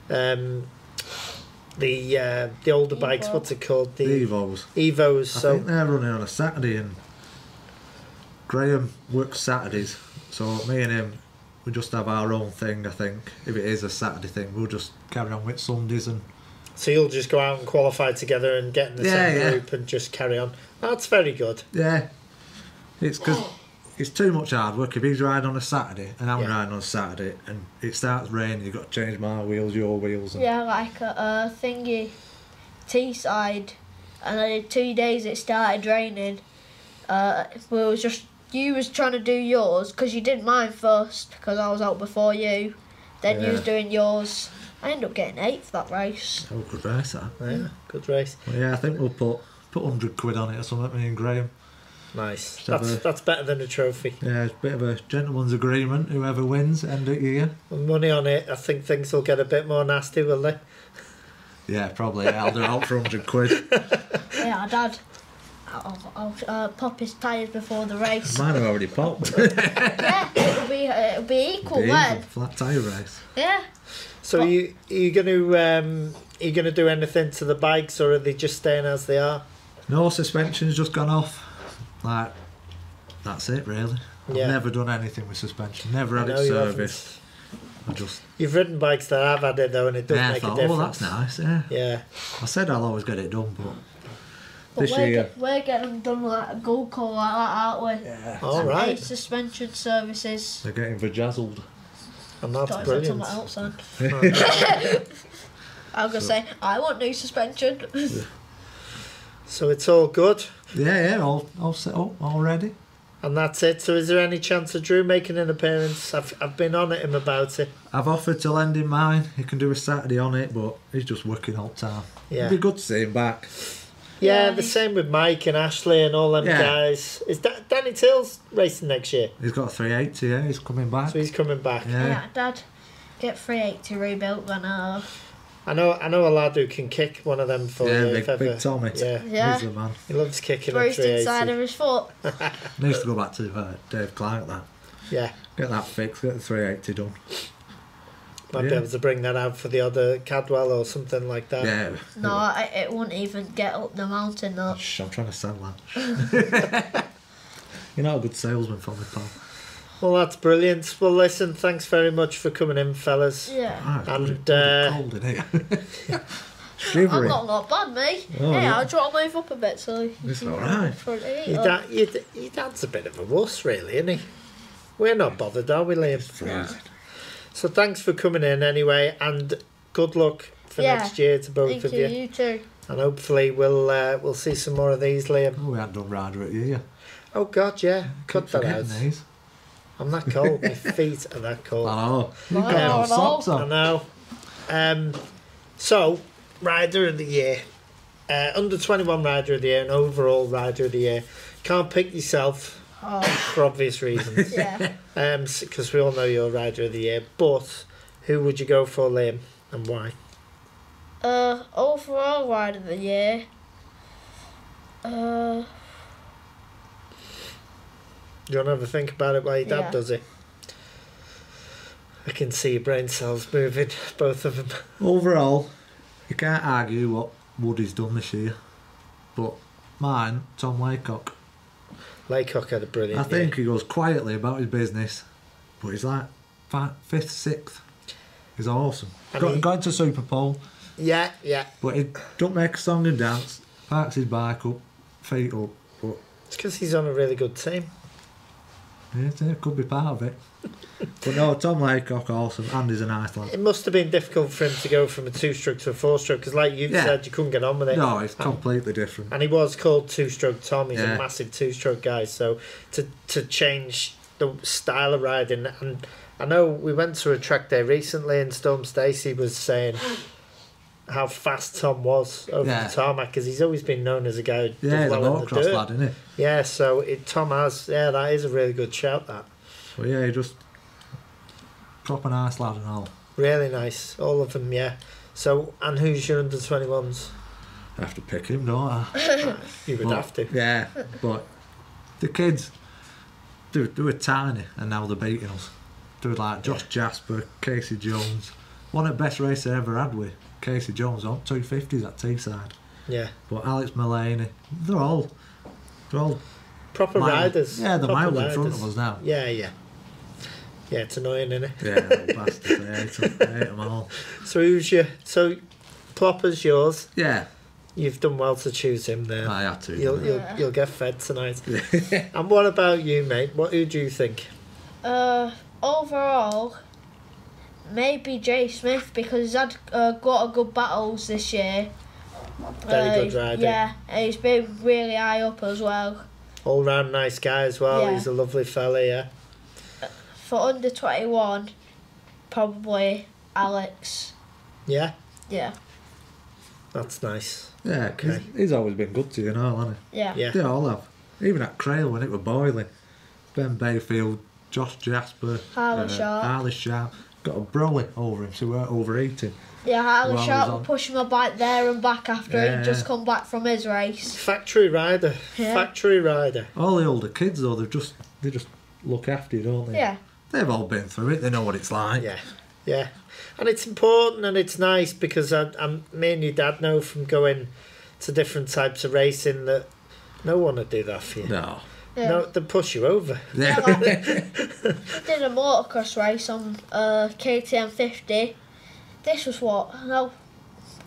Speaker 1: um, the uh, the older bikes.
Speaker 2: Evo.
Speaker 1: What's it called?
Speaker 3: The
Speaker 1: The
Speaker 3: Evos.
Speaker 1: Evos.
Speaker 3: I
Speaker 1: So
Speaker 3: think they're running on a Saturday, and Graham works Saturdays, so me and him, we just have our own thing. I think if it is a Saturday thing, we'll just carry on with Sundays and
Speaker 1: so you'll just go out and qualify together and get in the
Speaker 3: Yeah,
Speaker 1: same
Speaker 3: yeah.
Speaker 1: group and just carry on. That's very good.
Speaker 3: yeah, it's because it's too much hard work. If he's riding on a Saturday and I'm
Speaker 1: Yeah.
Speaker 3: riding on a Saturday, and it starts raining, you've got to change my wheels, your wheels. And,
Speaker 2: Yeah, like a uh, thingy, Teesside, and I did two days. It started raining. Uh, we was just you was trying to do yours because you did mine first because I was out before you. Then you was
Speaker 3: Yeah.
Speaker 2: doing yours. I ended up getting eighth that race.
Speaker 3: Oh, good race, that.
Speaker 1: Yeah, good race.
Speaker 3: Well, yeah, I think we'll put put hundred quid on it or something. Me and Graham.
Speaker 1: Nice.
Speaker 3: have
Speaker 1: That's
Speaker 3: a-
Speaker 1: that's better than a trophy.
Speaker 3: Yeah, it's a bit of a gentleman's agreement. Whoever wins, end of year.
Speaker 1: money on it, I think things will get a bit more nasty, will they?
Speaker 3: Yeah, probably. I'll do it out for hundred quid.
Speaker 1: (laughs)
Speaker 2: Yeah, our dad. I'll, I'll uh, pop his tyres before the race.
Speaker 3: Mine have already popped. (laughs)
Speaker 2: yeah, it'll be uh, it'll be equal
Speaker 3: Days
Speaker 2: then.
Speaker 3: of Flat tyre race.
Speaker 2: Yeah.
Speaker 1: So
Speaker 3: Oh.
Speaker 2: Well-
Speaker 1: you are you gonna um, are you gonna do anything to the bikes, or are they just staying as they are?
Speaker 3: No suspension's just gone off. Like that's it really.
Speaker 1: Yeah.
Speaker 3: I've never done anything with suspension. Never had
Speaker 1: I
Speaker 3: it
Speaker 1: know you haven't.
Speaker 3: serviced. I just
Speaker 1: You've ridden bikes that I've had it though, and it doesn't
Speaker 3: yeah, I
Speaker 1: make
Speaker 3: thought,
Speaker 1: a
Speaker 3: oh,
Speaker 1: difference.
Speaker 3: that's nice. Yeah.
Speaker 1: Yeah,
Speaker 3: I said I'll always get it done, but,
Speaker 2: But
Speaker 3: this
Speaker 2: we're,
Speaker 3: year.
Speaker 2: get, we're getting them done like a gold call like that, aren't we?
Speaker 3: Yeah.
Speaker 1: all
Speaker 2: Hey,
Speaker 1: right,
Speaker 2: suspension services.
Speaker 3: They're getting vajazzled.
Speaker 1: and that's
Speaker 2: Thought it said
Speaker 1: brilliant.
Speaker 2: something else then. I was gonna say I want new suspension.
Speaker 1: So it's all good,
Speaker 3: Yeah, yeah, all, all set up already.
Speaker 1: and that's it. So is there any chance of Drew making an appearance? I've I've been on at him about it.
Speaker 3: I've offered to lend him mine. He can do a Saturday on it, but he's just working all the time.
Speaker 1: Yeah.
Speaker 3: It'd be good to see him back.
Speaker 1: Yeah,
Speaker 2: Yeah,
Speaker 1: the
Speaker 2: they-
Speaker 1: same with Mike and Ashley and all them
Speaker 3: Yeah.
Speaker 1: guys. Is that Danny Till's racing next year?
Speaker 3: He's got a 380, yeah, he's coming back.
Speaker 1: So he's coming back.
Speaker 3: yeah.
Speaker 2: yeah, Dad, get 380 rebuilt when uh
Speaker 1: I know, I know a lad who can kick one of them for you.
Speaker 3: Yeah, big-
Speaker 1: if ever.
Speaker 3: big Tommy.
Speaker 1: Yeah,
Speaker 2: yeah,
Speaker 3: He's the man.
Speaker 1: he loves kicking a
Speaker 2: bruised inside
Speaker 1: 380.
Speaker 2: of his foot.
Speaker 3: Needs to go back to uh, Dave Clark, that.
Speaker 1: Yeah,
Speaker 3: Get that fixed, get the 380 done.
Speaker 1: might be
Speaker 3: Yeah.
Speaker 1: able to bring that out for the other Cadwell or something like that.
Speaker 3: Yeah.
Speaker 2: No, I, it wouldn't even get up the mountain though.
Speaker 3: Shh, I'm trying to sell that. (laughs) You're not a good salesman for me, pal.
Speaker 1: Well, that's brilliant. Well, listen, thanks very much for coming in, fellas.
Speaker 2: Yeah.
Speaker 3: Ah, it's bloody-
Speaker 1: And,
Speaker 3: bloody
Speaker 1: uh,
Speaker 3: cold in here.
Speaker 2: I'm
Speaker 3: Shivering.
Speaker 2: not not bad, me.
Speaker 3: Oh,
Speaker 2: yeah,
Speaker 3: yeah.
Speaker 2: I'll try to move up a bit so you
Speaker 3: It's
Speaker 2: can
Speaker 3: alright.
Speaker 2: for it to eat
Speaker 1: Your,
Speaker 2: up.
Speaker 1: dad, your, d- your dad's a bit of a wuss, really, isn't he? We're not bothered, are we, Liam?
Speaker 3: Freezing.
Speaker 1: So thanks for coming in anyway, and good luck for
Speaker 2: Yeah.
Speaker 1: next year to both
Speaker 2: Thank
Speaker 1: of
Speaker 2: you,
Speaker 1: you.
Speaker 2: you too.
Speaker 1: And hopefully we'll uh, we'll see some more of these, Liam.
Speaker 3: Oh, we hadn't done Rider at year.
Speaker 1: Oh God, yeah, cut that out.
Speaker 3: Forgetting eh? these.
Speaker 1: I'm that cold.
Speaker 3: (laughs)
Speaker 1: My feet are that cold.
Speaker 3: I know. You've
Speaker 2: Mine
Speaker 3: got no
Speaker 2: aren't all-
Speaker 3: socks on.
Speaker 1: I know. Um, so, Rider of the Year. Uh, under 21 Rider of the Year and overall Rider of the Year. Can't pick yourself
Speaker 2: Oh,
Speaker 1: for obvious
Speaker 3: (laughs)
Speaker 1: reasons
Speaker 2: yeah.
Speaker 1: because we all know you're Rider of the Year. But who would you go for, Liam, and why?
Speaker 2: Uh, overall ride of the year. Uh,
Speaker 1: Do you want to have a think about it while your dad
Speaker 2: Yeah.
Speaker 1: does it? I can see your brain cells moving, both of them.
Speaker 3: Overall, you can't argue what Woody's done this year, but mine, Tom Laycock.
Speaker 1: (laughs) Laycock had a brilliant
Speaker 3: I think he goes quietly about his business, but he's like fi- fifth, sixth. He's awesome.
Speaker 1: And
Speaker 3: Got,
Speaker 1: he-
Speaker 3: got into Super Bowl,
Speaker 1: year. Yeah, yeah.
Speaker 3: but he don't make a song and dance. Parks his bike up, feet up, but
Speaker 1: It's because he's on a really good team.
Speaker 3: yeah, it could be part of it. (laughs) but no, Tom Laycock awesome, and he's a nice lad.
Speaker 1: It must have been difficult for him to go from a two stroke to a four stroke because, like you
Speaker 3: Yeah.
Speaker 1: said, you couldn't get on with it.
Speaker 3: No, he's completely different.
Speaker 1: And he was called two stroke Tom. He's
Speaker 3: Yeah.
Speaker 1: a massive two stroke guy. So to to change the style of riding, and I know we went to a track day recently, and Storm Stacey was saying how fast Tom was over
Speaker 3: Yeah.
Speaker 1: the tarmac because he's always been known as a guy who
Speaker 3: Yeah,
Speaker 1: does
Speaker 3: he's a
Speaker 1: well in the
Speaker 3: motocross
Speaker 1: dirt.
Speaker 3: lad, isn't he?
Speaker 1: Yeah, so it, Tom has. Yeah, that is a really good shout. That
Speaker 3: But yeah, he just proper nice lad and all.
Speaker 1: really nice. All of them. Yeah. So and who's your under twenty ones?
Speaker 3: I have to pick him, don't I?
Speaker 1: You would
Speaker 3: Well,
Speaker 1: have to.
Speaker 3: Yeah, but the kids, they were, they were tiny and now they're beating us. They were like Josh Jasper, Casey Jones. One of the best races I ever had with Casey Jones on 250s at Teesside.
Speaker 1: Yeah.
Speaker 3: But Alex Mullaney, they're all, they're all
Speaker 1: Proper
Speaker 3: miles-
Speaker 1: riders.
Speaker 3: Yeah, they're
Speaker 1: Proper
Speaker 3: miles in front of
Speaker 1: riders.
Speaker 3: us now.
Speaker 1: Yeah, yeah. Yeah, it's annoying, isn't it?
Speaker 3: Yeah, little bastards, I hate 'em, I hate 'em all.
Speaker 1: So who's your so Plopper's yours.
Speaker 3: Yeah,
Speaker 1: You've done well to choose him there.
Speaker 3: I had to.
Speaker 1: You'll
Speaker 3: didn't
Speaker 1: you'll
Speaker 2: Yeah.
Speaker 1: you'll get fed tonight. and what about you, mate? What who do you think?
Speaker 2: uh, overall, maybe Jay Smith because he's had uh, got a good battles this year.
Speaker 1: Very
Speaker 2: Uh,
Speaker 1: good riding.
Speaker 2: Yeah, and he's been really high up as well.
Speaker 1: All round nice guy as well.
Speaker 2: Yeah.
Speaker 1: He's a lovely fella, yeah.
Speaker 2: For under 21, probably Alex.
Speaker 1: Yeah,
Speaker 2: Yeah,
Speaker 1: that's nice.
Speaker 3: I? (laughs) Yeah, 'cause
Speaker 1: Okay.
Speaker 3: he's always been good to you and all, hasn't
Speaker 2: yeah.
Speaker 1: Yeah.
Speaker 3: he? They all have. Even at Crail when it were boiling. Ben Bayfield, Josh Jasper,
Speaker 2: Harley
Speaker 3: uh,
Speaker 2: Sharp.
Speaker 3: Harley Sharp. Got a brolly over him, so we weren't overeating.
Speaker 2: Yeah, Harley
Speaker 3: Well,
Speaker 2: Sharp
Speaker 3: he's
Speaker 2: were
Speaker 3: on.
Speaker 2: pushing my bike there and back after
Speaker 3: Yeah.
Speaker 2: he'd just come back from his race.
Speaker 1: Factory rider.
Speaker 2: Yeah.
Speaker 1: Factory rider.
Speaker 3: All the older kids though, they just they just look after you, don't they?
Speaker 2: Yeah,
Speaker 3: They've all been through it. They know what it's like.
Speaker 1: Yeah, yeah, and it's important and it's nice because I, I'm me and your dad know from going to different types of racing that no one would do that for you.
Speaker 3: No. (laughs)
Speaker 2: yeah.
Speaker 1: No, they push you over.
Speaker 3: Yeah.
Speaker 2: I did a motocross race on uh, KTM 50. This was what? No,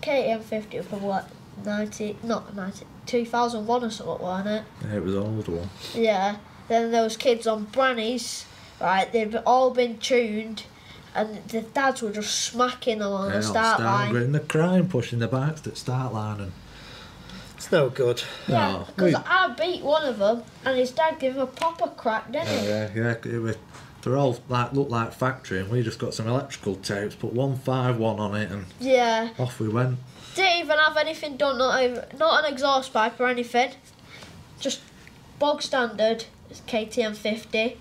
Speaker 2: KTM 50 was probably like 90, not 90, 2001 or something, wasn't it?
Speaker 3: it was an old one.
Speaker 2: Yeah. Then those kids on Brannies, right? They've all been tuned, and the dads were just smacking them on
Speaker 3: Yeah,
Speaker 2: the start line.
Speaker 3: grid. And the crime pushing the bikes at start line and
Speaker 1: It's no good.
Speaker 2: Yeah,
Speaker 3: no.
Speaker 2: because
Speaker 3: We-
Speaker 2: I beat one of them, and his dad gave him a proper crack, didn't
Speaker 3: Oh,
Speaker 2: he?
Speaker 3: yeah, yeah. It was, they're all like look like factory, and we just got some electrical tapes, put one five one on it, and
Speaker 2: Yeah,
Speaker 3: off we went.
Speaker 2: didn't even have anything done, not even, not an exhaust pipe or anything. Just bog standard KTM 50.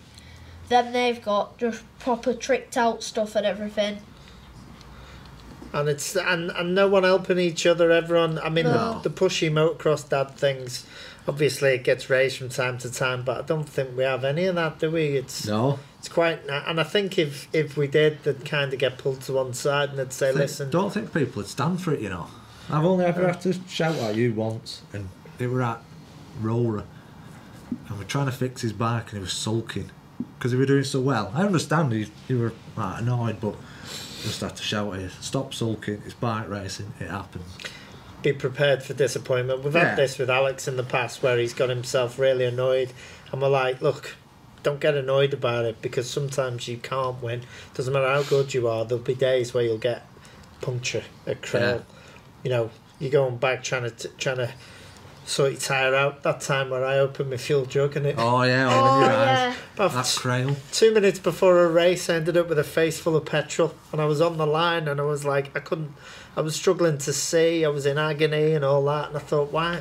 Speaker 2: Then they've got just proper tricked out stuff and everything.
Speaker 1: And it's and, and no one helping each other. Everyone. I mean,
Speaker 3: No.
Speaker 1: the, the pushy motocross dad things. Obviously, it gets raised from time to time, but I don't think we have any of that, do we? It's
Speaker 3: No,
Speaker 1: it's quite. na- And I think if if we did, they'd kind of get pulled to one side and they'd say,
Speaker 3: think-
Speaker 1: "Listen,
Speaker 3: Don't think people would stand for it, you know. I've only ever had to shout at you once, and it were at Rora, and we're trying to fix his bike, and he was sulking because he were doing so well. I understand he he were like, annoyed, but just had to shout at you. Stop sulking. It's bike racing. It happens.
Speaker 1: be prepared for disappointment. We've
Speaker 3: Yeah.
Speaker 1: had this with Alex in the past where he's got himself really annoyed, and we're like, look, don't get annoyed about it because sometimes you can't win. Doesn't matter how good you are, there'll be days where you'll get puncture, a
Speaker 3: Yeah.
Speaker 1: krill. You know, you're going back trying to t- trying to sort your tire out. That time where I opened my fuel jug and it
Speaker 3: Oh yeah,
Speaker 2: Oh,
Speaker 3: open your eyes.
Speaker 2: yeah.
Speaker 1: about
Speaker 3: That crail.
Speaker 1: two minutes before a race, I ended up with a face full of petrol, and I was on the line, and I was like, I couldn't, I was struggling to see, I was in agony and all that, and I thought, why,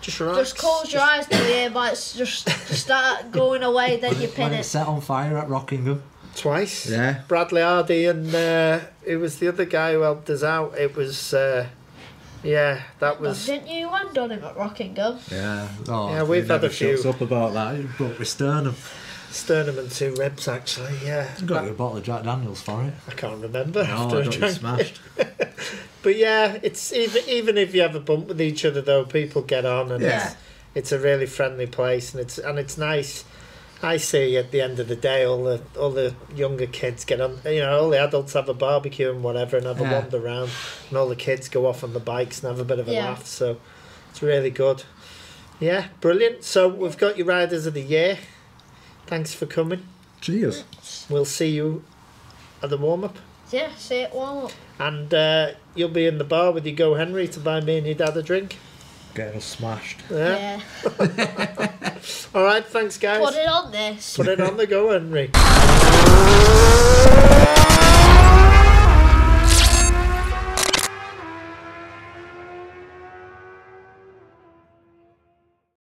Speaker 1: just relax,
Speaker 2: Just close your eyes to the air, but it's just start going away, then you pin
Speaker 3: When it
Speaker 2: it.
Speaker 3: set on fire at Rockingham.
Speaker 1: twice.
Speaker 3: Yeah.
Speaker 1: Bradley Hardy and uh, it was the other guy who helped us out. It was, uh, yeah, that was.
Speaker 2: Didn't you land on him at Rockingham?
Speaker 3: Yeah. Oh,
Speaker 1: Yeah, we've
Speaker 3: he
Speaker 1: had
Speaker 3: never
Speaker 1: a few.
Speaker 3: shuts up about that. He broke his sternum.
Speaker 1: Sternum and two ribs, actually. Yeah,
Speaker 3: Got you a bottle of Jack Daniels for
Speaker 1: (laughs)
Speaker 3: it.
Speaker 1: I can't remember.
Speaker 3: No, Oh, I got you smashed.
Speaker 1: But yeah, it's even even if you have a bump with each other, though, people get on, and
Speaker 3: Yeah.
Speaker 1: it's, it's a really friendly place, and it's and it's nice. I see at the end of the day, all the all the younger kids get on. You know, all the adults have a barbecue and whatever, and have
Speaker 3: Yeah.
Speaker 1: a wander around, and all the kids go off on the bikes and have a bit of a
Speaker 2: Yeah.
Speaker 1: laugh. So it's really good. Yeah, brilliant. So we've got your riders of the year. Thanks for coming.
Speaker 3: Cheers.
Speaker 1: We'll see you at the warm up.
Speaker 2: Yeah, see it warm up.
Speaker 1: And uh, you'll be in the bar with your go Henry to buy me and your dad a drink.
Speaker 3: Getting us smashed.
Speaker 1: Yeah.
Speaker 2: Yeah.
Speaker 1: All right. Thanks, guys.
Speaker 2: Put it on this.
Speaker 1: Put it on the go Henry.